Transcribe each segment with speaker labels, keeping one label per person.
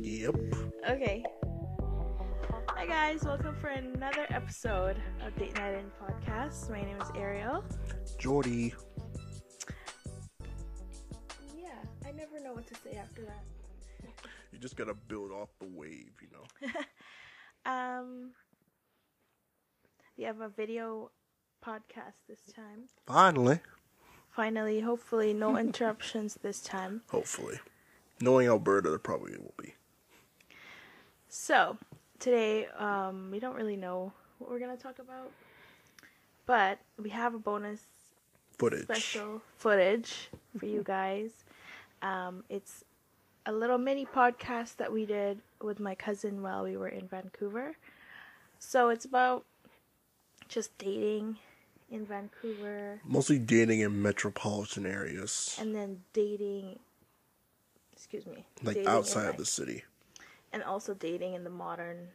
Speaker 1: Yep.
Speaker 2: Okay. Hi guys, welcome for another episode of Date Night In podcast. My name is Ariel.
Speaker 1: Jordy.
Speaker 2: Yeah, I never know what to say after that.
Speaker 1: You just gotta build off the wave, you know.
Speaker 2: Um, we have a video podcast this time.
Speaker 1: Finally.
Speaker 2: Finally, hopefully, no interruptions this time.
Speaker 1: Hopefully. Knowing Alberta, there probably will be.
Speaker 2: So, today, um, we don't really know what we're gonna talk about, but we have a bonus
Speaker 1: Footage.
Speaker 2: special footage for you guys. Um, it's a little mini podcast that we did with my cousin while we were in Vancouver. So it's about just dating in Vancouver
Speaker 1: Mostly dating in metropolitan areas,
Speaker 2: and then dating. Excuse me.
Speaker 1: like
Speaker 2: dating in,
Speaker 1: outside
Speaker 2: like-
Speaker 1: of the city.
Speaker 2: And also dating in the modern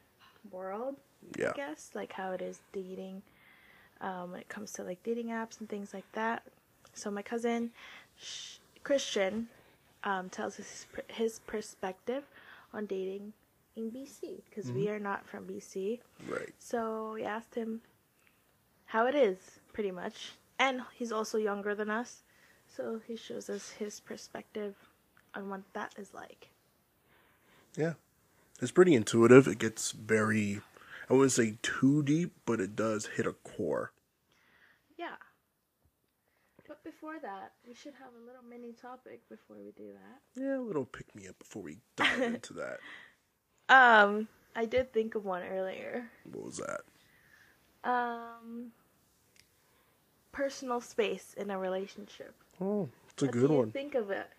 Speaker 2: world.
Speaker 1: Yeah.
Speaker 2: I guess, like how it is dating um, when it comes to like dating apps and things like that. So my cousin sh- Christian um, tells his per- his perspective on dating in BC because we are not from BC.
Speaker 1: Right.
Speaker 2: So we asked him how it is, pretty much, and he's also younger than us, so he shows us his perspective on what that is like.
Speaker 1: Yeah. It's pretty intuitive. It gets very, I wouldn't say too deep, but it does hit a core.
Speaker 2: Yeah. But before that, we should have a little mini topic before we do that.
Speaker 1: Yeah, a little pick me up before we dive into that.
Speaker 2: Um, I did think of one earlier.
Speaker 1: What was that?
Speaker 2: Um, personal space in a relationship.
Speaker 1: Oh, it's a
Speaker 2: What do
Speaker 1: good
Speaker 2: you
Speaker 1: one.
Speaker 2: Think of it.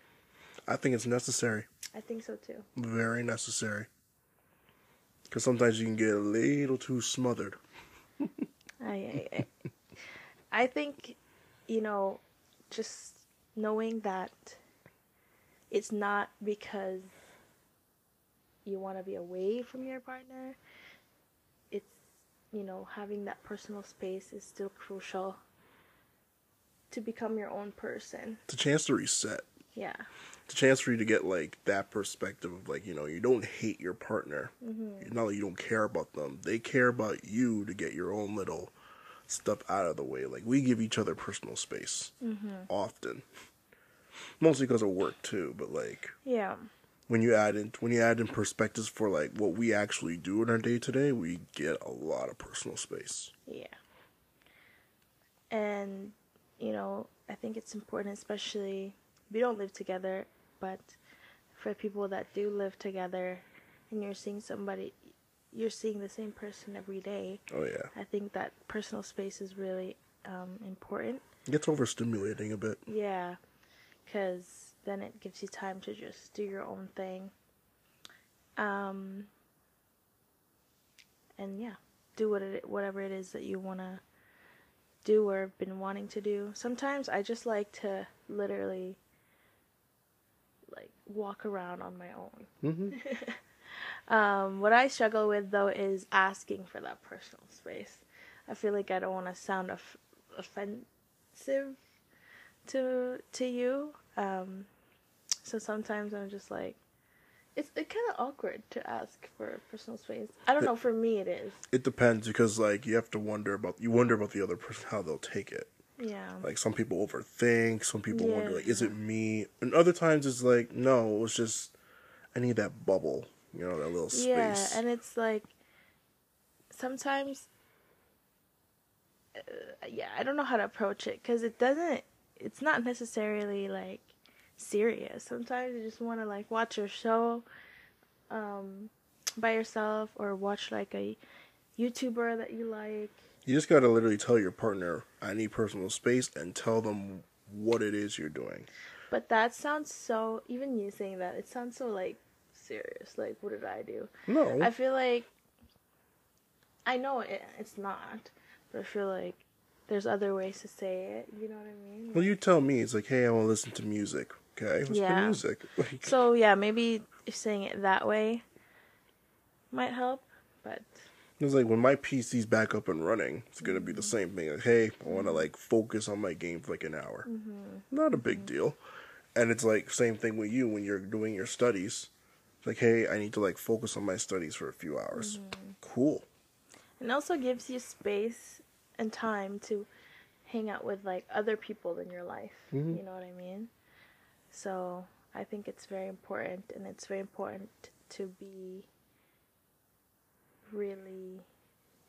Speaker 1: I think it's necessary.
Speaker 2: I think so too.
Speaker 1: Very necessary. Because sometimes you can get a little too smothered.
Speaker 2: I, I, I think, you know, just knowing that it's not because you want to be away from your partner, it's, you know, having that personal space is still crucial to become your own person.
Speaker 1: It's a chance to reset.
Speaker 2: Yeah.
Speaker 1: It's a chance for you to get like that perspective of like you know you don't hate your partner. It's not like you don't care about them. They care about you to get your own little stuff out of the way. Like we give each other personal space often, mostly because of work too. But like
Speaker 2: Yeah.
Speaker 1: when you add in when you add in perspectives for like what we actually do in our day to day, we get a lot of personal space.
Speaker 2: Yeah. And, you know, I think it's important, especially we don't live together, but for people that do live together and you're seeing somebody, you're seeing the same person every day,
Speaker 1: Oh yeah,
Speaker 2: I think that personal space is really um, important.
Speaker 1: it gets overstimulating a bit.
Speaker 2: Yeah, because then it gives you time to just do your own thing. Um, and yeah, do what it, whatever it is that you want to do or have been wanting to do. Sometimes I just like to literally like walk around on my own. um, what I struggle with though is asking for that personal space. I feel like I don't want to sound off- offensive to to you. Um, so sometimes I'm just like, it's it kind of awkward to ask for personal space. I don't know. For me, it is.
Speaker 1: It depends because like you have to wonder about you wonder about the other person how they'll take it.
Speaker 2: Yeah.
Speaker 1: Like some people overthink, some people wonder
Speaker 2: Yeah.
Speaker 1: like is it me? And other times it's like no, it's just I need that bubble, you know, that little space.
Speaker 2: yeah, and it's like sometimes. Uh, yeah, I don't know how to approach it because it doesn't. It's not necessarily like serious. Sometimes you just want to like watch your show, um, by yourself or watch like a YouTuber that you like.
Speaker 1: you just got to literally tell your partner I need personal space and tell them what it is you're doing.
Speaker 2: But that sounds so. Even you saying that, it sounds so like serious. Like, what did I do?
Speaker 1: No.
Speaker 2: I feel like I know it, it's not, but I feel like there's other ways to say it. You know what I mean?
Speaker 1: well, you tell me. It's like, "Hey, I want to listen to music." Okay? What's the
Speaker 2: Yeah.
Speaker 1: music? Like,
Speaker 2: So yeah, maybe if saying it that way might help, but
Speaker 1: It's like when my PC's back up and running, it's gonna be the same thing. Like, hey, I want to like focus on my game for like an hour. Not a big deal. And it's like same thing with you when you're doing your studies. like, hey, I need to like focus on my studies for a few hours. Cool.
Speaker 2: And also gives you space and time to hang out with like other people in your life.
Speaker 1: Mhm.
Speaker 2: You know what I mean? So I think it's very important and it's very important to be really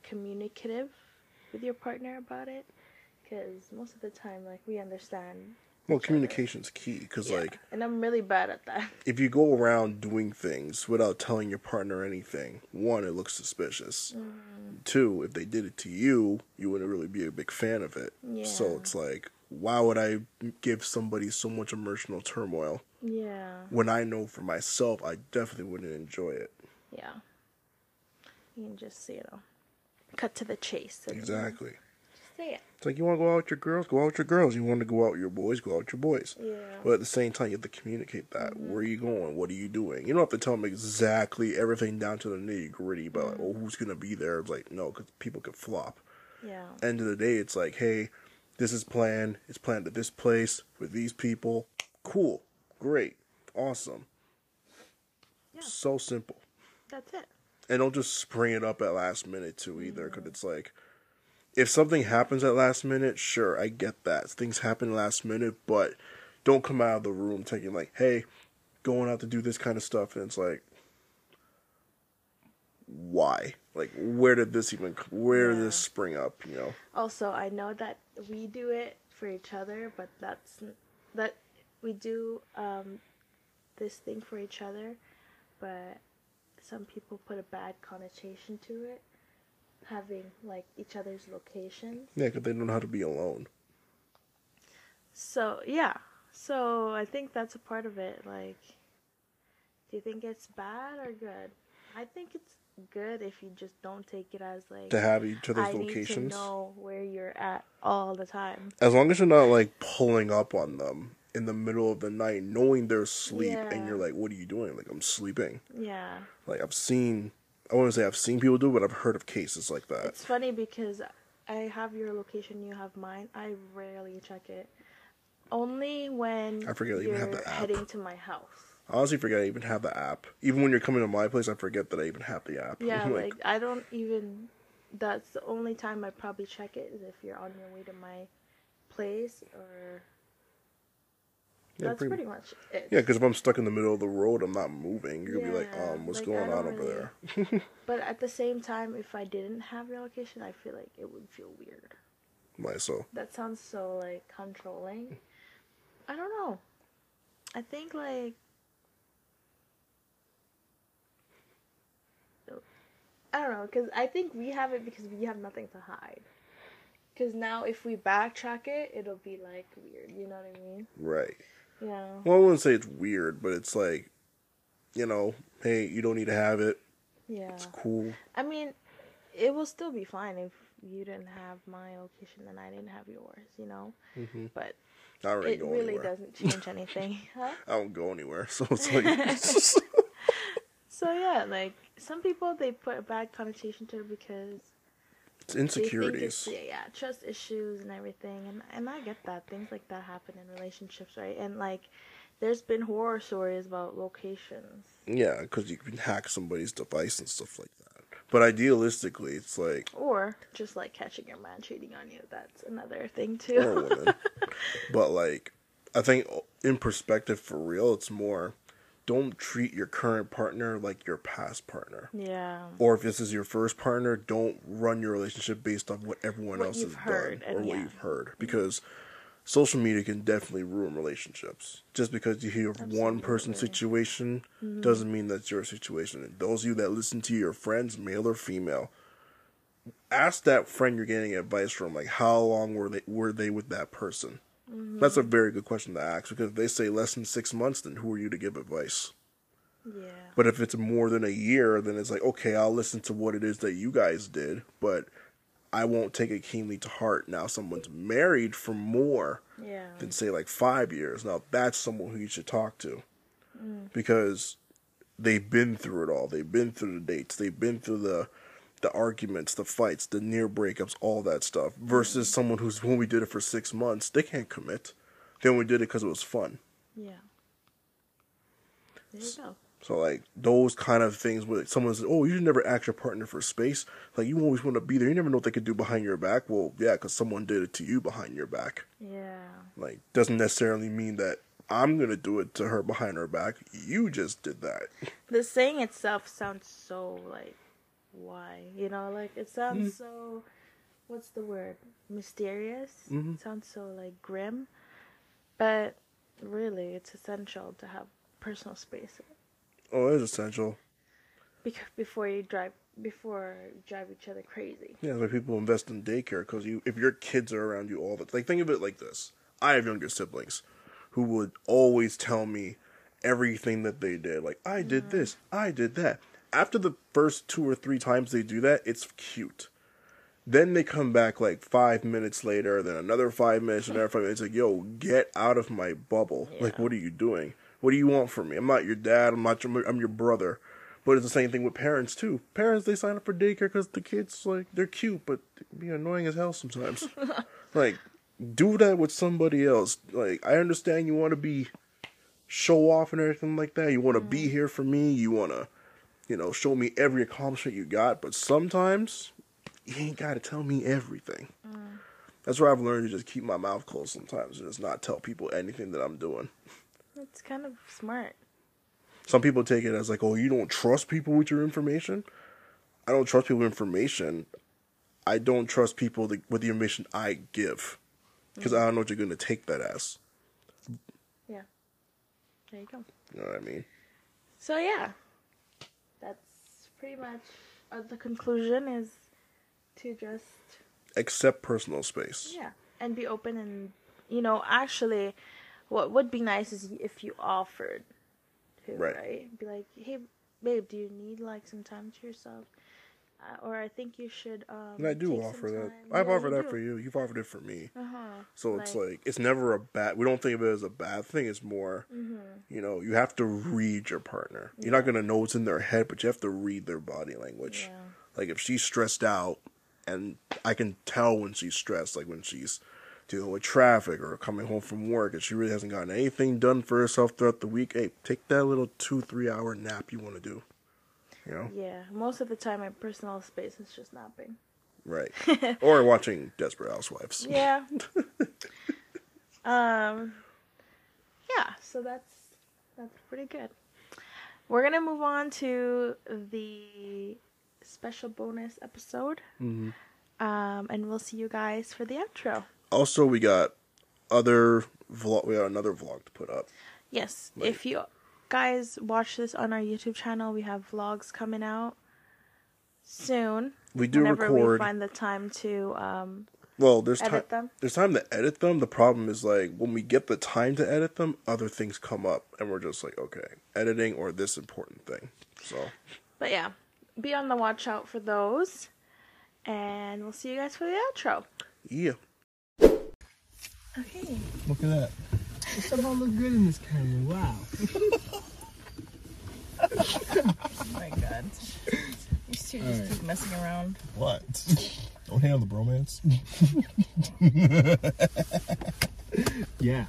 Speaker 2: communicative with your partner about it because most of the time like we understand
Speaker 1: Well, communication's key because
Speaker 2: Yeah.
Speaker 1: like
Speaker 2: and i'm really bad at that
Speaker 1: if you go around doing things without telling your partner anything, one, it looks suspicious. Two, if they did it to you, you wouldn't really be a big fan of it. So
Speaker 2: Yeah.
Speaker 1: it's like, why would I give somebody so much emotional turmoil
Speaker 2: yeah
Speaker 1: when I know for myself I definitely wouldn't enjoy it?
Speaker 2: yeah you can just you know cut to the chase and
Speaker 1: Exactly.
Speaker 2: just say it
Speaker 1: It's like you want to go out with your girls, go out with your girls. You want to go out with your boys, go out with your boys.
Speaker 2: Yeah. Mm-hmm.
Speaker 1: But at the same time, you have to communicate that. Where are you going? What are you doing? You don't have to tell them exactly everything down to the nitty gritty about like, oh, who's gonna be there. It's like no, because people could flop.
Speaker 2: yeah
Speaker 1: End of the day, it's like hey, this is planned. It's planned at this place with these people. Cool, great, awesome.
Speaker 2: Yeah.
Speaker 1: So simple
Speaker 2: that's it
Speaker 1: and don't just spring it up at last minute too either because it's like if something happens at last minute sure i get that things happen last minute but don't come out of the room taking like hey going out to do this kind of stuff and it's like why like where did this even where did
Speaker 2: Yeah.
Speaker 1: this spring up you know
Speaker 2: also i know that we do it for each other but that's n- that we do um this thing for each other but some people put a bad connotation to it having like each other's locations
Speaker 1: yeah because they don't know how to be alone
Speaker 2: So yeah. So I think that's a part of it. Like, do you think it's bad or good? I think it's good if you just don't take it as like
Speaker 1: to have each other's
Speaker 2: I need
Speaker 1: locations
Speaker 2: to know where you're at all the time.
Speaker 1: as long as you're not like pulling up on them in the middle of the night knowing they're asleep and
Speaker 2: Yeah.
Speaker 1: you're like what are you doing like i'm sleeping
Speaker 2: Yeah.
Speaker 1: Like I've seen, I want to say I've seen people do, it, but I've heard of cases like that.
Speaker 2: It's funny because I have your location, you have mine. I rarely check it. Only when
Speaker 1: I forget that you
Speaker 2: you're
Speaker 1: have the app.
Speaker 2: heading to my house.
Speaker 1: I honestly forget I even have the app. Even when you're coming to my place, I forget that I even have the app.
Speaker 2: Yeah,
Speaker 1: I'm
Speaker 2: like, I don't even. That's the only time I probably check it is if you're on your way to my place, or
Speaker 1: yeah,
Speaker 2: that's
Speaker 1: pretty-
Speaker 2: pretty much it.
Speaker 1: yeah, because if I'm stuck in the middle of the road, I'm not moving. You're gonna be like,
Speaker 2: Yeah,
Speaker 1: um, what's
Speaker 2: like,
Speaker 1: going
Speaker 2: I don't
Speaker 1: on over
Speaker 2: really-
Speaker 1: there?
Speaker 2: But at the same time, if I didn't have your location, I feel like it would feel weird.
Speaker 1: Like so,
Speaker 2: That sounds so like controlling. I don't know. I think like I don't know cuz I think we have it because we have nothing to hide. Cuz now if we backtrack it, it'll be like weird, you know what I mean?
Speaker 1: right.
Speaker 2: Yeah.
Speaker 1: Well, I wouldn't say it's weird, but it's like, you know, hey, you don't need to have it.
Speaker 2: Yeah.
Speaker 1: It's cool.
Speaker 2: I mean, it will still be fine if you didn't have my location and I didn't have yours, you know?
Speaker 1: Mhm.
Speaker 2: But
Speaker 1: I don't
Speaker 2: it
Speaker 1: go
Speaker 2: really
Speaker 1: anywhere.
Speaker 2: doesn't change anything. huh?
Speaker 1: I don't go anywhere, so it's like,
Speaker 2: So yeah, like some people they put a bad connotation to it because
Speaker 1: it's
Speaker 2: they think it's
Speaker 1: insecurities.
Speaker 2: yeah, yeah, trust issues and everything, and and I get that things like that happen in relationships, right? And like, there's been horror stories about locations.
Speaker 1: Yeah, because you can hack somebody's device and stuff like that. But idealistically, it's like
Speaker 2: Or just like catching your man cheating on you. That's another thing
Speaker 1: or a
Speaker 2: too.
Speaker 1: woman. but like, I think in perspective, for real, it's more. Don't treat your current partner like your past partner.
Speaker 2: yeah.
Speaker 1: Or if this is your first partner, don't run your relationship based on what everyone
Speaker 2: What
Speaker 1: else
Speaker 2: you've
Speaker 1: has
Speaker 2: heard,
Speaker 1: done or
Speaker 2: and
Speaker 1: what
Speaker 2: yeah.
Speaker 1: you've heard. Because social media can definitely ruin relationships. Just because you hear of one person's
Speaker 2: Absolutely. Mm-hmm.
Speaker 1: situation doesn't mean that's your situation. And those of you that listen to your friends, male or female, ask that friend you're getting advice from, like how long were they were they with that person?
Speaker 2: Mm-hmm.
Speaker 1: That's a very good question to ask because if they say less than six months, then who are you to give advice?
Speaker 2: Yeah.
Speaker 1: But if it's more than a year, then it's like, okay, I'll listen to what it is that you guys did, but I won't take it keenly to heart. Now someone's married for more
Speaker 2: Yeah.
Speaker 1: than say like five years. Now that's someone who you should talk to. Because they've been through it all. They've been through the dates. They've been through the the arguments, the fights, the near breakups, all that stuff. Versus someone who's when we did it for six months, they can't commit. They only did it because it was fun.
Speaker 2: Yeah. There you go.
Speaker 1: So like those kind of things where someone says, "Oh, you should never ask your partner for space. Like you always want to be there. You never know what they could do behind your back." Well, yeah, because someone did it to you behind your back.
Speaker 2: Yeah.
Speaker 1: Like doesn't necessarily mean that I'm gonna do it to her behind her back. You just did that.
Speaker 2: The saying itself sounds so like why? You know, like it sounds so what's the word? Mysterious. It sounds so like grim. But really it's essential to have personal space
Speaker 1: Oh, it's essential.
Speaker 2: because before you drive before you drive each other crazy.
Speaker 1: Yeah, that's why people invest in daycare because you, if your kids are around you all the like, think of it like this: I have younger siblings who would always tell me everything that they did. Like, I did this, I did that. After the first two or three times they do that, it's cute. Then they come back like five minutes later, then another five minutes, another five minutes. It's like, yo, get out of my bubble. Like, what are you doing? What do you want from me? I'm not your dad. I'm not your. I'm your brother. But it's the same thing with parents too. Parents they sign up for daycare because the kids like they're cute, but they can be annoying as hell sometimes. like, do that with somebody else. Like, I understand you want to be show off and everything like that. You want to be here for me. You want to, you know, show me every accomplishment you got. But sometimes you ain't got to tell me everything.
Speaker 2: Mm.
Speaker 1: That's where I've learned to just keep my mouth closed sometimes and just not tell people anything that I'm doing.
Speaker 2: It's kind of smart.
Speaker 1: Some people take it as like, oh, you don't trust people with your information. I don't trust people with information. I don't trust people that, with the information I give because I don't know what you're going to take that as.
Speaker 2: Yeah. There you go.
Speaker 1: You know what I mean?
Speaker 2: So yeah, that's pretty much uh, the conclusion is to just
Speaker 1: Accept personal space.
Speaker 2: yeah and be open and you know actually what would be nice is if you offered to
Speaker 1: Right.
Speaker 2: right, be like hey babe do you need like some time to yourself uh, or I think you should um
Speaker 1: And I do
Speaker 2: take some
Speaker 1: offer that.
Speaker 2: time."
Speaker 1: I've
Speaker 2: Yeah,
Speaker 1: offered
Speaker 2: you
Speaker 1: that
Speaker 2: do.
Speaker 1: for you. You've offered it for me.
Speaker 2: uh-huh
Speaker 1: So it's like it's never a bad. We don't think of it as a bad thing. It's more,
Speaker 2: Mm-hmm.
Speaker 1: you know, you have to read your partner. You're not gonna know what's in their head, but you have to read their body language.
Speaker 2: Yeah.
Speaker 1: Like if she's stressed out, and I can tell when she's stressed, like when she's dealing with traffic or coming home from work, and she really hasn't gotten anything done for herself throughout the week. Hey, take that little two three hour nap you want to do. You know,
Speaker 2: yeah most of the time my personal space is just napping
Speaker 1: right? or watching Desperate Housewives.
Speaker 2: yeah um yeah so that's that's pretty good we're gonna move on to the special bonus episode
Speaker 1: Mm-hmm.
Speaker 2: um and we'll see you guys for the outro
Speaker 1: Also, we got other vlog. We got another vlog to put up.
Speaker 2: yes
Speaker 1: Right.
Speaker 2: if you guys watch this on our youtube channel we have vlogs coming out soon
Speaker 1: We do
Speaker 2: whenever we
Speaker 1: record-
Speaker 2: find the time to um
Speaker 1: Well, there's time.
Speaker 2: Edit them?
Speaker 1: There's time to edit them. The problem is like when we get the time to edit them, other things come up, and we're just like, okay, editing or this important thing. So
Speaker 2: But yeah, be on the watch out for those. And we'll see you guys for the outro.
Speaker 1: yeah.
Speaker 2: Okay.
Speaker 3: Look at that. You somehow look good in this camera. Wow.
Speaker 4: my god. These two just keep messing around.
Speaker 3: What? Don't handle the bromance. yeah.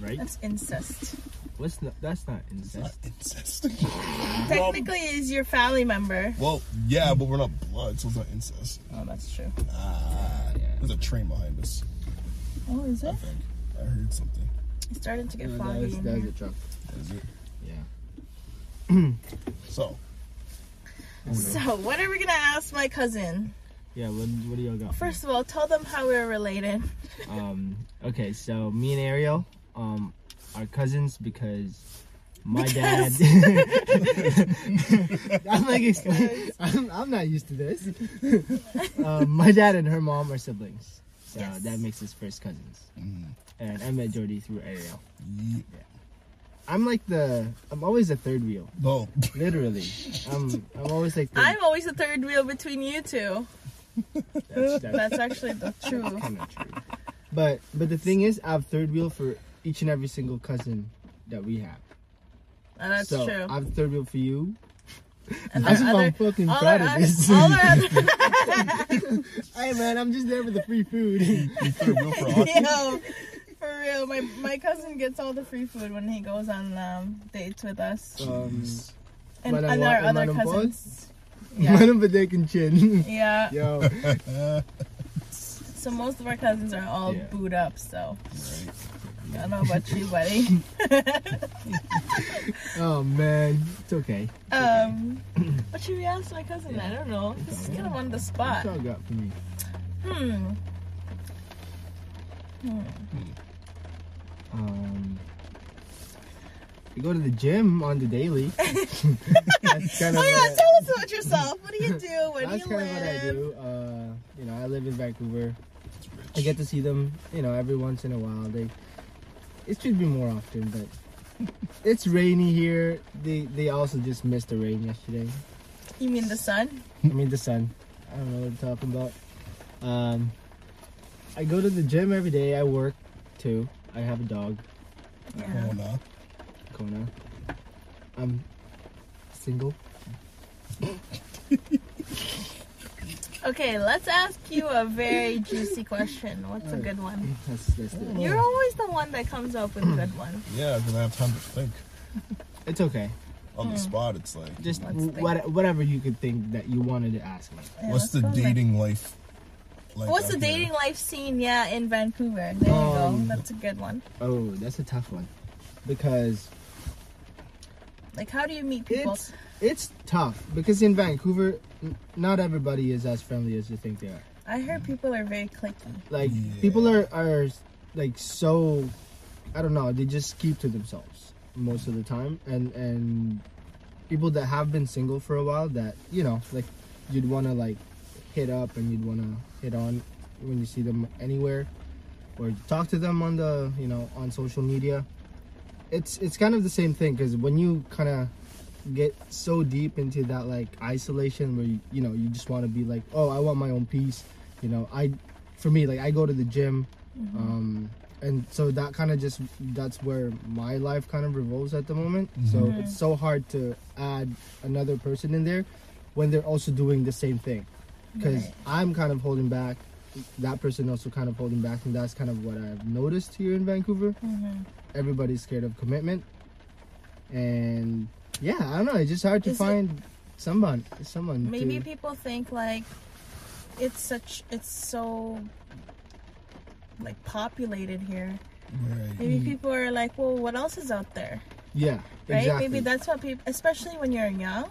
Speaker 3: Right?
Speaker 4: That's incest.
Speaker 3: What's not, that's not incest.
Speaker 5: incest.
Speaker 4: Technically, is your family member.
Speaker 5: Well, yeah, but we're not blood, so it's not incest.
Speaker 4: Oh, that's true.
Speaker 5: There's a train behind us.
Speaker 4: Oh, is it?
Speaker 5: I think I heard something.
Speaker 4: It started to get foggy. in here.
Speaker 3: a truck.
Speaker 5: Is it?
Speaker 3: Yeah.
Speaker 5: So
Speaker 4: So, what are we gonna ask my cousin?
Speaker 3: Yeah, what, what do y'all got? for me?
Speaker 4: First of all, tell them how we're related.
Speaker 3: Um, okay, so me and Ariel um, are cousins because my dad. I'm like, explain- I'm, I'm not used to this. um, my dad and her mom are siblings. So
Speaker 4: Yes.
Speaker 3: that makes us first cousins.
Speaker 5: Mm-hmm.
Speaker 3: And I met Jordy through Ariel.
Speaker 5: ye-
Speaker 3: I'm like the, I'm always the third wheel,
Speaker 5: no,
Speaker 3: literally. I'm, I'm always like the,
Speaker 4: I'm always the third wheel between you two.
Speaker 3: that's, that's
Speaker 4: That's actually the true.
Speaker 3: kind of true. But, but the thing is, I have third wheel for each and every single cousin that we have.
Speaker 4: And that's
Speaker 3: so
Speaker 4: true.
Speaker 3: I'm third wheel for you.
Speaker 4: And
Speaker 3: That's if
Speaker 4: our
Speaker 3: I'm
Speaker 4: other-
Speaker 3: fucking
Speaker 4: all
Speaker 3: proud
Speaker 4: our
Speaker 3: of
Speaker 4: other-
Speaker 3: this.
Speaker 4: all our other-
Speaker 3: Hey man, I'm just there for the free food.
Speaker 5: third wheel for us.
Speaker 4: Yo, for real, my my cousin gets all the free food when he goes on um, dates with us.
Speaker 3: um,
Speaker 4: And,
Speaker 3: Madam
Speaker 4: and
Speaker 3: what?
Speaker 4: our
Speaker 3: And
Speaker 4: other
Speaker 3: Madam Paul?
Speaker 4: cousins.
Speaker 3: Madam
Speaker 4: Yeah.
Speaker 3: Bedeck and Chin.
Speaker 4: yeah.
Speaker 3: Yo,
Speaker 4: So most of our cousins are all
Speaker 3: Yeah.
Speaker 4: booed up, so
Speaker 5: Right.
Speaker 4: I don't know about you, buddy.
Speaker 3: oh man, it's okay.
Speaker 4: Um, what should we ask my cousin? I don't know. This is kind of on the
Speaker 3: That's
Speaker 4: spot.
Speaker 3: all I got for me.
Speaker 4: Hmm.
Speaker 3: Um, I go to the gym on the daily. that's kind of
Speaker 4: Oh yeah,
Speaker 3: what
Speaker 4: tell us about yourself. What do you do?
Speaker 3: I,
Speaker 4: Where do
Speaker 3: that's
Speaker 4: you
Speaker 3: kind of what I
Speaker 4: live?
Speaker 3: do. Uh, you know, I live in Vancouver.
Speaker 5: It's
Speaker 3: I
Speaker 5: rich.
Speaker 3: get to see them, you know, every once in a while. They, it should be more often, but it's rainy here. They they also just missed the rain yesterday.
Speaker 4: You mean the sun?
Speaker 3: I mean the sun. I don't know what I'm talking about. Um, I go to the gym every day. I work too. I have a dog,
Speaker 4: Yeah.
Speaker 5: Going up.
Speaker 3: Kona. I'm single.
Speaker 4: Okay, let's ask you a very juicy question. What's a good one?
Speaker 3: That's that's it.
Speaker 4: You're always the one that comes up with a good one.
Speaker 5: Yeah, because I have time to think.
Speaker 3: It's okay.
Speaker 5: On the
Speaker 3: Hmm.
Speaker 5: spot, it's like,
Speaker 3: Just
Speaker 4: Let's
Speaker 3: w-
Speaker 4: think.
Speaker 3: what, whatever you could think that you wanted to ask me.
Speaker 4: Yeah,
Speaker 5: what's
Speaker 4: let's
Speaker 5: the
Speaker 4: go there.
Speaker 5: dating life like?
Speaker 4: What's the
Speaker 5: out here?
Speaker 4: dating life scene? Yeah, in Vancouver. There you go.
Speaker 3: Um,
Speaker 4: That's a good one.
Speaker 3: Oh, that's a tough one because
Speaker 4: Like, how do you meet people?
Speaker 3: It's it's tough because in Vancouver, n- not everybody is as friendly as you think they are.
Speaker 4: I heard people are very clicky.
Speaker 3: Like
Speaker 5: Yeah.
Speaker 3: people are are like so, I don't know. They just keep to themselves most of the time, and and people that have been single for a while that you know like you'd want to like hit up and you'd want to hit on when you see them anywhere or talk to them on the you know on social media it's it's kind of the same thing because when you kind of get so deep into that like isolation where you, you know you just want to be like oh i want my own peace you know i for me like i go to the gym um and so that kind of just that's where my life kind of revolves at the moment so
Speaker 4: Mm-hmm.
Speaker 3: it's so hard to add another person in there when they're also doing the same thing because i'm kind of holding back that person also kind of holding back and that's kind of what i've noticed here in vancouver
Speaker 4: Mm-hmm.
Speaker 3: everybody's scared of commitment and yeah i don't know it's just hard to
Speaker 4: Is it-
Speaker 3: find someone someone
Speaker 4: Maybe
Speaker 3: to,
Speaker 4: people think like it's such it's so like populated here.
Speaker 5: Right.
Speaker 3: Hmm.
Speaker 4: Maybe people are like, well, what else is out there,
Speaker 3: yeah
Speaker 4: right?
Speaker 3: exactly
Speaker 4: Maybe that's what people, especially when you're young,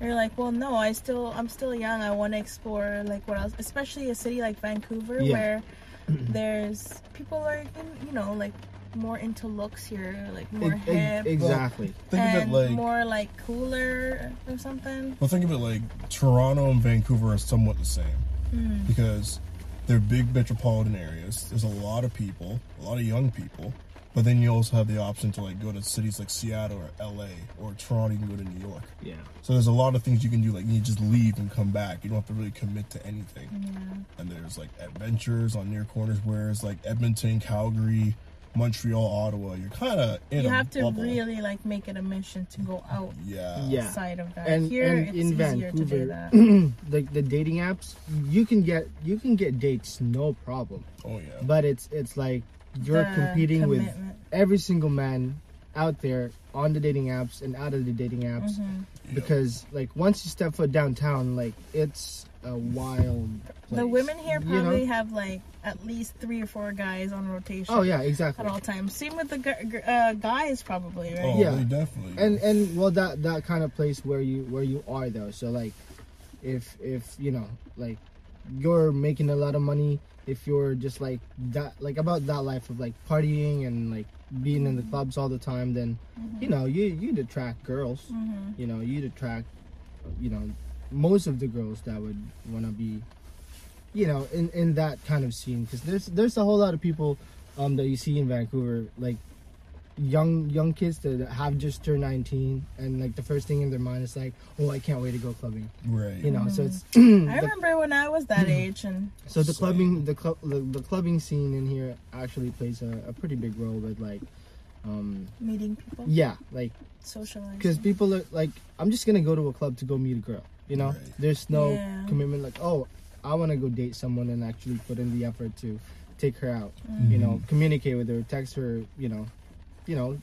Speaker 4: you're like, well, no, I still I'm still young. I want to explore like what else, especially a city like Vancouver
Speaker 3: Yeah.
Speaker 4: where there's people are you know like more into looks here, like more
Speaker 3: Ex- ex-
Speaker 4: hip.
Speaker 3: exactly
Speaker 5: E-, Think of
Speaker 4: and
Speaker 5: it like.
Speaker 4: more like cooler or something.
Speaker 5: Well, think of it like Toronto and Vancouver are somewhat the same
Speaker 4: Mm.
Speaker 5: because they're big metropolitan areas. There's a lot of people, a lot of young people, but then you also have the option to like go to cities like Seattle or LA or Toronto. You can go to New York.
Speaker 3: yeah
Speaker 5: So there's a lot of things you can do. Like you just leave and come back. You don't have to really commit to anything. And there's like adventures on near corners, whereas like Edmonton, Calgary, Montreal, Ottawa, you're kind of in
Speaker 4: you
Speaker 5: a
Speaker 4: have to
Speaker 5: bubble.
Speaker 4: really like make it a mission to go out
Speaker 5: yeah.
Speaker 3: Yeah.
Speaker 4: outside of that.
Speaker 3: And-
Speaker 4: Here,
Speaker 3: and
Speaker 4: it's
Speaker 3: in
Speaker 4: easier to do
Speaker 3: Vancouver,
Speaker 4: that.
Speaker 3: like the dating apps you can get you can get dates no problem
Speaker 5: Oh yeah.
Speaker 3: but it's it's like you're
Speaker 4: The
Speaker 3: competing with
Speaker 4: uh, commitment.
Speaker 3: every single man out there on the dating apps and out of the dating apps
Speaker 4: Mm-hmm.
Speaker 3: because like once you step foot downtown like it's a wild place.
Speaker 4: the women here
Speaker 3: you
Speaker 4: probably
Speaker 3: know?
Speaker 4: have like at least three or four guys on rotation.
Speaker 3: oh yeah
Speaker 4: At
Speaker 3: exactly
Speaker 4: all times. Same with the gu- gu- uh, guys, probably, right?
Speaker 5: Oh,
Speaker 3: Yeah.
Speaker 5: they definitely.
Speaker 3: and and well that that kind of place where you where you are though so like if if you know like you're making a lot of money if you're just like that like about that life of like partying and like being in the clubs all the time then you know you you'd attract girls you know you'd attract you know most of the girls that would want to be you know in in that kind of scene because there's there's a whole lot of people um that you see in vancouver like young young kids that have just turned 19 and like the first thing in their mind is like oh i can't wait to go clubbing
Speaker 5: right.
Speaker 3: you know so it's
Speaker 4: I remember when I was that
Speaker 3: Mm-hmm.
Speaker 4: age, and
Speaker 3: so the
Speaker 5: Same.
Speaker 3: clubbing the, club the, the clubbing scene in here actually plays a, a pretty big role with like um
Speaker 4: meeting people,
Speaker 3: yeah like
Speaker 4: socializing.
Speaker 3: because people are like i'm just gonna go to a club to go meet a girl you know
Speaker 5: Right.
Speaker 3: there's no
Speaker 4: Yeah.
Speaker 3: commitment like oh i want to go date someone and actually put in the effort to take her out you know communicate with her text her you know you know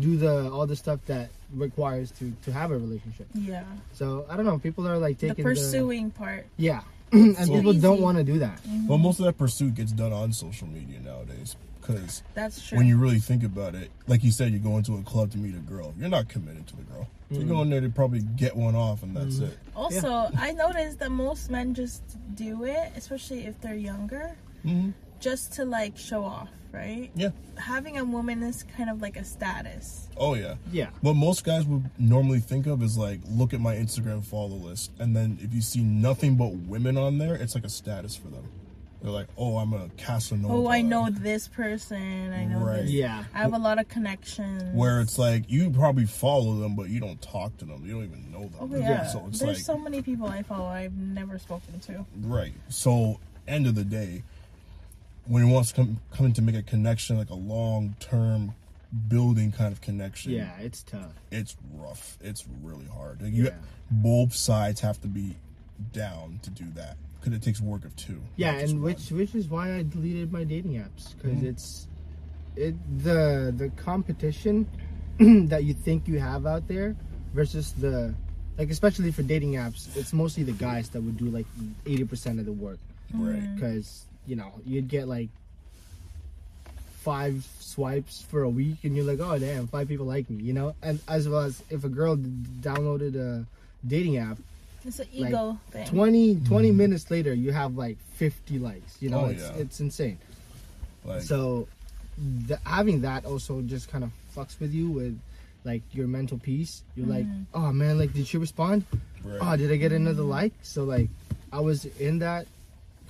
Speaker 3: do the all the stuff that requires to to have a relationship.
Speaker 4: Yeah.
Speaker 3: So I don't know. People are like
Speaker 4: The
Speaker 3: taking
Speaker 4: pursuing part.
Speaker 3: yeah, and
Speaker 5: So-
Speaker 3: people don't
Speaker 4: Easy.
Speaker 3: want to do that.
Speaker 5: Well, most of that pursuit gets done on social media nowadays because
Speaker 4: That's true.
Speaker 5: when you really think about it, like you said, you go into a club to meet a girl. You're not committed to the girl. You're
Speaker 4: Mm.
Speaker 5: going there to probably get one off, and that's it.
Speaker 4: also, I noticed that most men just do it, especially if they're younger,
Speaker 5: Mhm.
Speaker 4: just to like show off, right?
Speaker 5: Yeah.
Speaker 4: Having a woman is kind of like a status.
Speaker 5: Oh yeah.
Speaker 3: Yeah.
Speaker 5: What most guys would normally think of is like, look at my Instagram follow list, and then if you see nothing but women on there, it's like a status for them. They're like, oh, I'm a Casanova.
Speaker 4: Oh, I know this person. I know
Speaker 5: Right.
Speaker 4: this.
Speaker 3: Yeah.
Speaker 4: I have a lot of connections.
Speaker 5: Where it's like you probably follow them, but you don't talk to them. You don't even know them.
Speaker 4: Oh yeah.
Speaker 5: So it's
Speaker 4: There's
Speaker 5: like
Speaker 4: so many people I follow I've never spoken to.
Speaker 5: Right. So, end of the day, when he wants to come, come in to make a connection, like a long term building kind of connection,
Speaker 3: Yeah, it's tough.
Speaker 5: it's rough. It's really hard. Like you,
Speaker 3: Yeah.
Speaker 5: both sides have to be down to do that because it takes work of two.
Speaker 3: Yeah,
Speaker 5: not just
Speaker 3: and
Speaker 5: one.
Speaker 3: which which is why I deleted my dating apps because it's it the the competition that you think you have out there versus the like especially for dating apps, it's mostly the guys that would do like eighty percent of the work
Speaker 5: right?
Speaker 3: because you know you'd get like five swipes for a week and you're like oh damn five people like me you know and as well as if a girl d- downloaded a dating app
Speaker 4: It's an
Speaker 3: Like,
Speaker 4: ego thing.
Speaker 3: 20 20 minutes later you have like 50 likes you know
Speaker 5: Mm-hmm. Oh,
Speaker 3: it's,
Speaker 5: yeah.
Speaker 3: it's insane
Speaker 5: Like,
Speaker 3: so the, having that also just kind of fucks with you with like your mental peace you're like
Speaker 4: Mm-hmm.
Speaker 3: oh man like did she respond
Speaker 5: right.
Speaker 3: oh did i get another like so like i was in that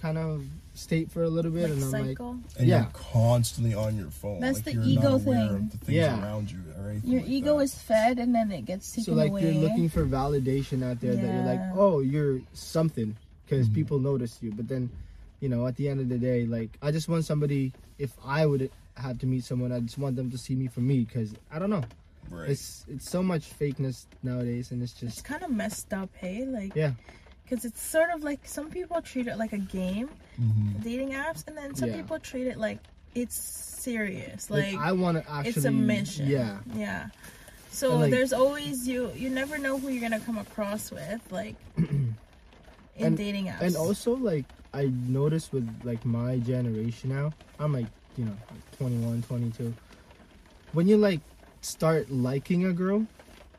Speaker 3: kind of state for a little bit
Speaker 4: like
Speaker 3: and i'm
Speaker 4: cycle.
Speaker 5: and
Speaker 3: yeah.
Speaker 5: you're constantly on your phone.
Speaker 4: That's
Speaker 5: like,
Speaker 4: the
Speaker 5: you're
Speaker 4: ego
Speaker 5: not aware
Speaker 4: thing.
Speaker 5: Of the things
Speaker 3: Yeah.
Speaker 5: around you, or anything
Speaker 4: Your
Speaker 5: like
Speaker 4: ego
Speaker 5: that.
Speaker 4: is fed and then it gets
Speaker 3: like so
Speaker 4: taken
Speaker 3: like
Speaker 4: away.
Speaker 3: you're looking for validation out there that you're
Speaker 4: Yeah.
Speaker 3: like oh you're something because people notice you but then you know at the end of the day like i just want somebody if i would have to meet someone i just want them to see me for me because i don't know
Speaker 5: right.
Speaker 3: it's it's so much fakeness nowadays and it's
Speaker 4: it's
Speaker 3: just
Speaker 4: kind of messed up, hey? Like,
Speaker 3: yeah
Speaker 4: because it's sort of like some people treat it like a game,
Speaker 5: Mhm.
Speaker 4: dating apps, and then some
Speaker 3: Yeah.
Speaker 4: people treat it like it's serious.
Speaker 3: like,
Speaker 4: Like,
Speaker 3: i want to actually
Speaker 4: it's a mission.
Speaker 3: yeah
Speaker 4: Yeah. So
Speaker 3: And, like-
Speaker 4: there's always you. You never know who you're gonna come across with, like in
Speaker 3: And-
Speaker 4: dating apps.
Speaker 3: and also like i noticed with like my generation now i'm like you know like 21 22 when you like start liking a girl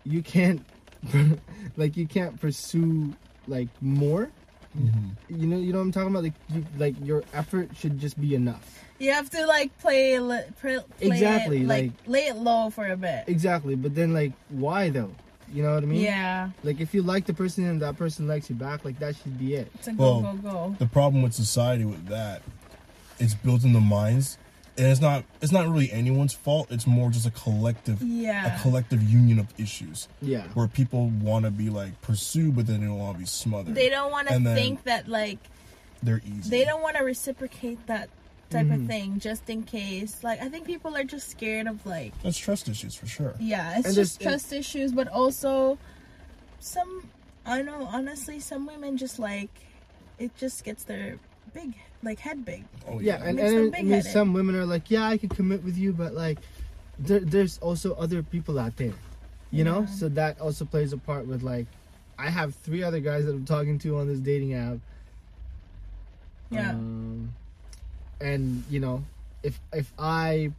Speaker 3: you can't like you can't pursue like more you know you know what i'm talking about like you like your effort should just be enough
Speaker 4: you have to like play, li- pre- play
Speaker 3: Exactly,
Speaker 4: it, like,
Speaker 3: like-
Speaker 4: lay it low for a bit.
Speaker 3: exactly but then like why though you know what i mean
Speaker 4: Yeah,
Speaker 3: like if you like the person and that person likes you back like that should be it
Speaker 4: it's a go
Speaker 5: Well,
Speaker 4: go go.
Speaker 5: the problem with society with that it's built in the minds and it's not it's not really anyone's fault it's more just a collective
Speaker 4: Yeah.
Speaker 5: a collective union of issues
Speaker 3: yeah
Speaker 5: where people want to be like pursued but then they don't want to be smothered
Speaker 4: They don't want to
Speaker 5: and then-
Speaker 4: think that like
Speaker 5: they're easy
Speaker 4: they don't want to reciprocate that type
Speaker 3: Mm-hmm.
Speaker 4: of thing just in case. Like I think people are just scared of like
Speaker 5: that's trust issues for sure
Speaker 4: yeah, it's
Speaker 3: And
Speaker 4: just
Speaker 3: there's-
Speaker 4: trust issues, but also some I know honestly some women just like it just gets their big like head big.
Speaker 5: oh
Speaker 3: yeah and,
Speaker 4: Makes them
Speaker 3: and I mean,
Speaker 4: big-headed.
Speaker 3: some women are like yeah i can commit with you but like there, there's also other people out there you know so that also plays a part with like i have three other guys that i'm talking to on this dating app
Speaker 4: Yeah.
Speaker 3: um, and you know if if i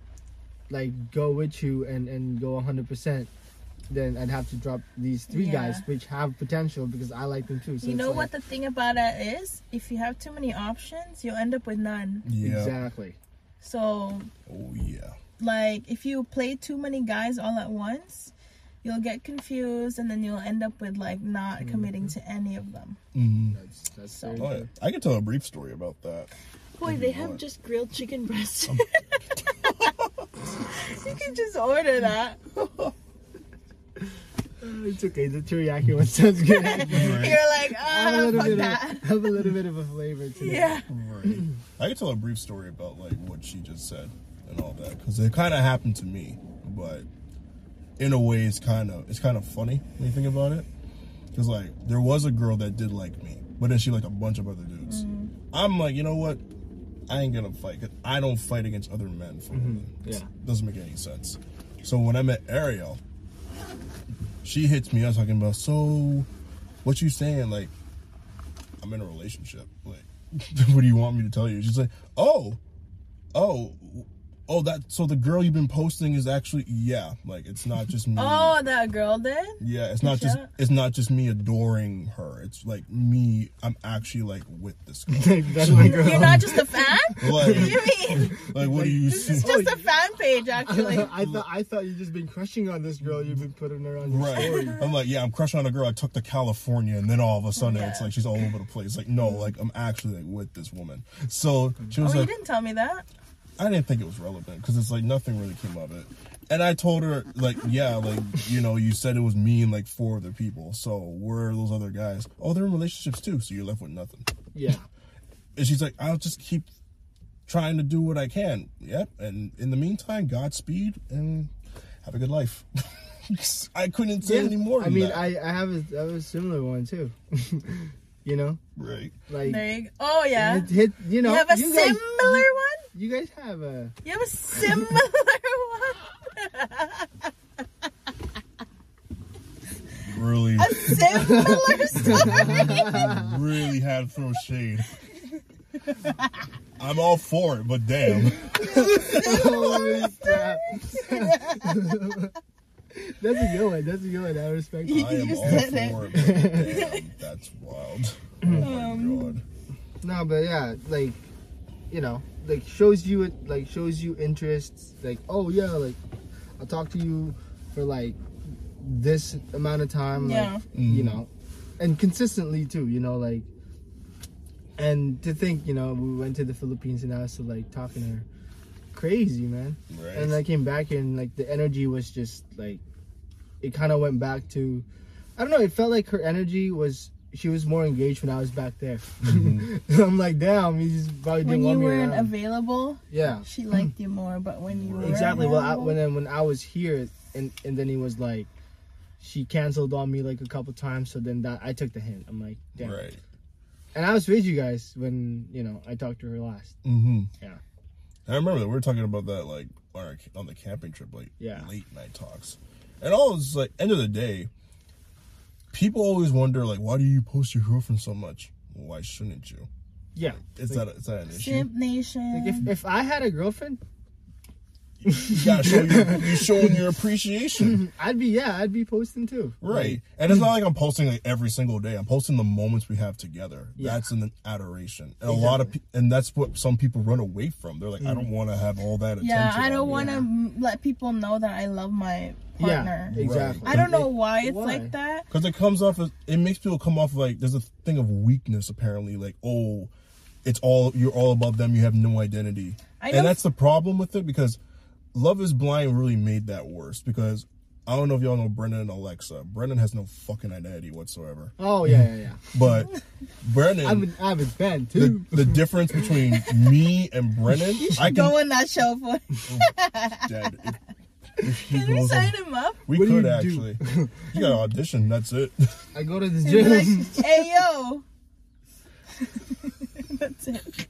Speaker 3: like go with you and and go 100% then i'd have to drop these three
Speaker 4: Yeah.
Speaker 3: guys which have potential because i like them too so
Speaker 4: you
Speaker 3: it's
Speaker 4: know
Speaker 3: like-
Speaker 4: what the thing about that is? If you have too many options, you'll end up with none.
Speaker 5: yeah
Speaker 3: exactly
Speaker 4: So
Speaker 5: oh yeah
Speaker 4: like if you play too many guys all at once, you'll get confused and then you'll end up with like not
Speaker 3: Mm-hmm.
Speaker 4: committing to any of them.
Speaker 5: Mhm.
Speaker 3: that's that's
Speaker 4: So-
Speaker 3: very
Speaker 5: Oh, yeah.
Speaker 3: good.
Speaker 5: I could tell a brief story about that.
Speaker 2: Boy, they have just grilled chicken breasts.
Speaker 3: Oh
Speaker 4: You can just order that.
Speaker 3: Uh, it's okay the teriyaki one sounds good
Speaker 4: You're like,
Speaker 3: have a
Speaker 4: ah,
Speaker 3: little
Speaker 4: fuck
Speaker 3: bit
Speaker 4: that.
Speaker 3: of have a little bit of a flavor to it.
Speaker 4: Yeah.
Speaker 5: Right. I could tell a brief story about like what she just said and all that because it kind of happened to me, but in a way, it's kind of it's kind of funny when you think about it. Because like there was a girl that did like me, but then she liked a bunch of other dudes. I'm like, you know what? I ain't gonna fight. 'cause I don't fight against other men for women.
Speaker 3: Yeah.
Speaker 5: Doesn't make any sense. So when I met Ariel, she hits me up talking about, so what you saying? Like, I'm in a relationship. Like, what do you want me to tell you? She's like, oh, oh, oh, that. So the girl you've been posting is actually, yeah. Like, it's not just me.
Speaker 4: Oh, that girl did.
Speaker 5: Yeah, it's not just
Speaker 4: Shut up.
Speaker 5: it's not just me adoring her. It's like me. I'm actually like with this girl.
Speaker 3: Like, that's my girl.
Speaker 4: You're not just a fan.
Speaker 5: Like,
Speaker 4: you mean
Speaker 5: like what do you
Speaker 4: this is
Speaker 5: see?
Speaker 4: just a fan page, actually?
Speaker 3: I thought I thought you just been crushing on this girl. You've been putting her on your
Speaker 5: Right.
Speaker 3: story.
Speaker 5: I'm like, yeah, I'm crushing on a girl. I took to California, and then all of a sudden, it's like she's all over the place. Like, no, like I'm actually like with this woman. So she
Speaker 4: Oh,
Speaker 5: was
Speaker 4: you
Speaker 5: like,
Speaker 4: didn't tell me that.
Speaker 5: I didn't think it was relevant because it's like nothing really came of it. And I told her, like, yeah, like, you know, you said it was me and like four other people. So where are those other guys? Oh, they're in relationships too. So you're left with nothing.
Speaker 3: Yeah.
Speaker 5: And she's like, I'll just keep trying to do what I can. Yep. And in the meantime, Godspeed and have a good life. I couldn't say any more.
Speaker 3: I
Speaker 5: than
Speaker 3: mean,
Speaker 5: that.
Speaker 3: I I have a, I have a similar one too. you know,
Speaker 5: right.
Speaker 3: like
Speaker 4: There you go. Oh yeah.
Speaker 3: hit, hit- you know
Speaker 4: You have a
Speaker 3: you
Speaker 4: similar
Speaker 3: guys,
Speaker 4: one.
Speaker 3: you guys have a
Speaker 4: You have a similar one.
Speaker 5: Really,
Speaker 4: A similar story.
Speaker 5: really had to throw shade. I'm all for it, but damn.
Speaker 3: Holy crap. That's a good one. That's a good one. I respect
Speaker 5: I
Speaker 3: it.
Speaker 5: am
Speaker 4: You
Speaker 5: all
Speaker 4: said it.
Speaker 5: for it, but damn, that's wild. Oh
Speaker 3: Um,
Speaker 5: my god.
Speaker 3: No, but yeah, like, you know, like shows you like shows you interests. Like, oh yeah, like I'll talk to you for like this amount of time.
Speaker 4: Yeah.
Speaker 3: Like, You know, and consistently too. You know, like, and to think, you know, we went to the Philippines and I was like talking to her, crazy man.
Speaker 5: Right.
Speaker 3: And I came back here and like the energy was just like it kind of went back to I don't know, it felt like her energy was she was more engaged when I was back there.
Speaker 5: Mm-hmm.
Speaker 3: I'm like, damn, you just probably didn't want
Speaker 4: When you
Speaker 3: me um,
Speaker 4: weren't
Speaker 3: around.
Speaker 4: available,
Speaker 3: yeah.
Speaker 4: she liked you more. But when you were
Speaker 3: Exactly. Well, I,
Speaker 4: available-
Speaker 3: when I- when I was here and and then he was like she canceled on me like a couple times, so then that I took the hint. I'm like, damn.
Speaker 5: Right.
Speaker 3: And I was with you guys when, you know, I talked to her last.
Speaker 5: Mm-hmm.
Speaker 3: Yeah.
Speaker 5: I remember that we were talking about that like on, our, on the camping trip, like
Speaker 3: Yeah.
Speaker 5: late night talks, and always like end of the day, people always wonder like, why do you post your girlfriend so much? Why shouldn't you?
Speaker 3: Yeah.
Speaker 5: It's that it's that an issue.
Speaker 4: Simp Nation.
Speaker 3: Like if, if I had a girlfriend,
Speaker 5: You gotta show your, you showing your appreciation,
Speaker 3: I'd be yeah, I'd be posting too.
Speaker 5: right? And it's not like I'm posting like every single day. I'm posting the moments we have together.
Speaker 3: Yeah.
Speaker 5: That's an adoration, and a lot of pe- and that's what some people run away from. They're like, I don't want to have all that attention.
Speaker 4: Mm. yeah, I
Speaker 5: on
Speaker 4: don't
Speaker 5: me."
Speaker 4: want to let people know that I love my partner.
Speaker 3: Yeah, exactly.
Speaker 4: I don't know why it's
Speaker 3: Why?
Speaker 4: like that.
Speaker 5: Because it comes off as it makes people come off like there's a thing of weakness apparently, like oh, it's all you're all above them. You have no identity,
Speaker 4: I know-
Speaker 5: and that's the problem with it because Love Is Blind really made that worse. Because I don't know if y'all know Brennan and Alexa. Brennan has no fucking identity whatsoever,
Speaker 3: Oh yeah, yeah, yeah.
Speaker 5: but
Speaker 3: I'm
Speaker 5: Brennan.
Speaker 3: an avid fan
Speaker 5: The,
Speaker 3: too.
Speaker 5: the difference between me and Brennan, I can
Speaker 4: Go in that show for.
Speaker 5: dead. If, if he
Speaker 4: Can we
Speaker 5: goes on-
Speaker 4: sign him up?
Speaker 5: we
Speaker 3: What
Speaker 5: could
Speaker 3: do you do?
Speaker 5: actually. You got to audition. That's it.
Speaker 3: I go to the
Speaker 4: He'd
Speaker 3: gym.
Speaker 4: be like, hey yo. That's it.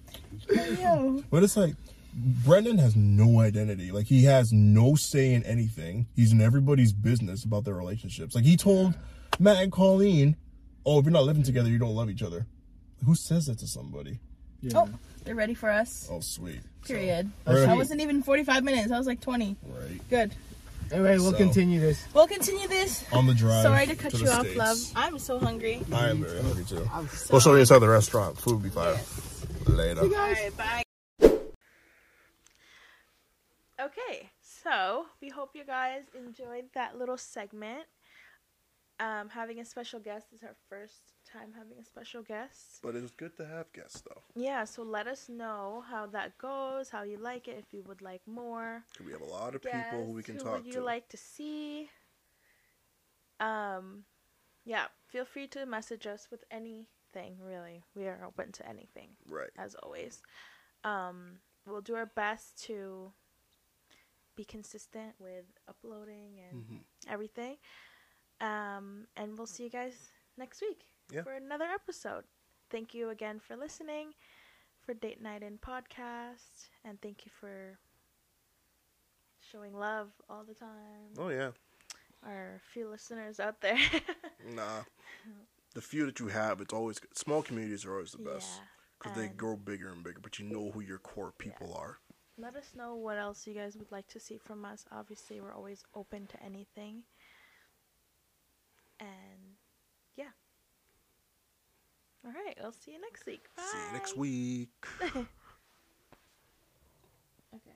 Speaker 4: Hey yo.
Speaker 5: But it's like Brendan has no identity. Like he has no say in anything. He's in everybody's business about their relationships. Like he told Matt and Colleen, "Oh, if you're not living together, you don't love each other." Who says that to somebody?
Speaker 3: Yeah.
Speaker 4: Oh, they're ready for us.
Speaker 5: Oh, sweet.
Speaker 4: Period.
Speaker 5: Right.
Speaker 4: I wasn't even 45 minutes. I was like 20.
Speaker 5: Right
Speaker 4: Good.
Speaker 3: Anyway, we'll
Speaker 5: So-
Speaker 3: continue this.
Speaker 4: We'll continue this.
Speaker 5: on the drive.
Speaker 4: Sorry to cut
Speaker 5: the
Speaker 4: you off,
Speaker 5: States.
Speaker 4: love. I'm so hungry.
Speaker 5: I am very hungry too. We'll show you inside the restaurant. Food will be fire later.
Speaker 4: All right, bye.
Speaker 2: Okay, so we hope you guys enjoyed that little segment. Um, having a special guest is our first time having a special guest.
Speaker 1: But it was good to have guests though.
Speaker 2: Yeah, so let us know how that goes, how you like it, if you would like more.
Speaker 1: 'Cause We have a lot of people who we
Speaker 2: guests,
Speaker 1: can
Speaker 2: who
Speaker 1: talk
Speaker 2: would you
Speaker 1: to.
Speaker 2: like to see? Um, yeah, feel free to message us with anything. Really, we are open to anything
Speaker 1: right.
Speaker 2: as always. Um, we'll do our best to be consistent with uploading and
Speaker 1: Mm-hmm.
Speaker 2: everything. Um, and we'll see you guys next week
Speaker 1: Yeah.
Speaker 2: for another episode. Thank you again for listening for Date Night In Podcast. And thank you for showing love all the time.
Speaker 1: Oh yeah.
Speaker 2: Our few listeners out there.
Speaker 1: Nah. The few that you have, it's always small communities are always the best
Speaker 2: Yeah,
Speaker 1: because they
Speaker 2: and-
Speaker 1: grow bigger and bigger. But you know who your core people are.
Speaker 2: Let us know what else you guys would like to see from us. Obviously, we're always open to anything. And yeah. All right, I'll see you next week. Bye.
Speaker 1: See you next week.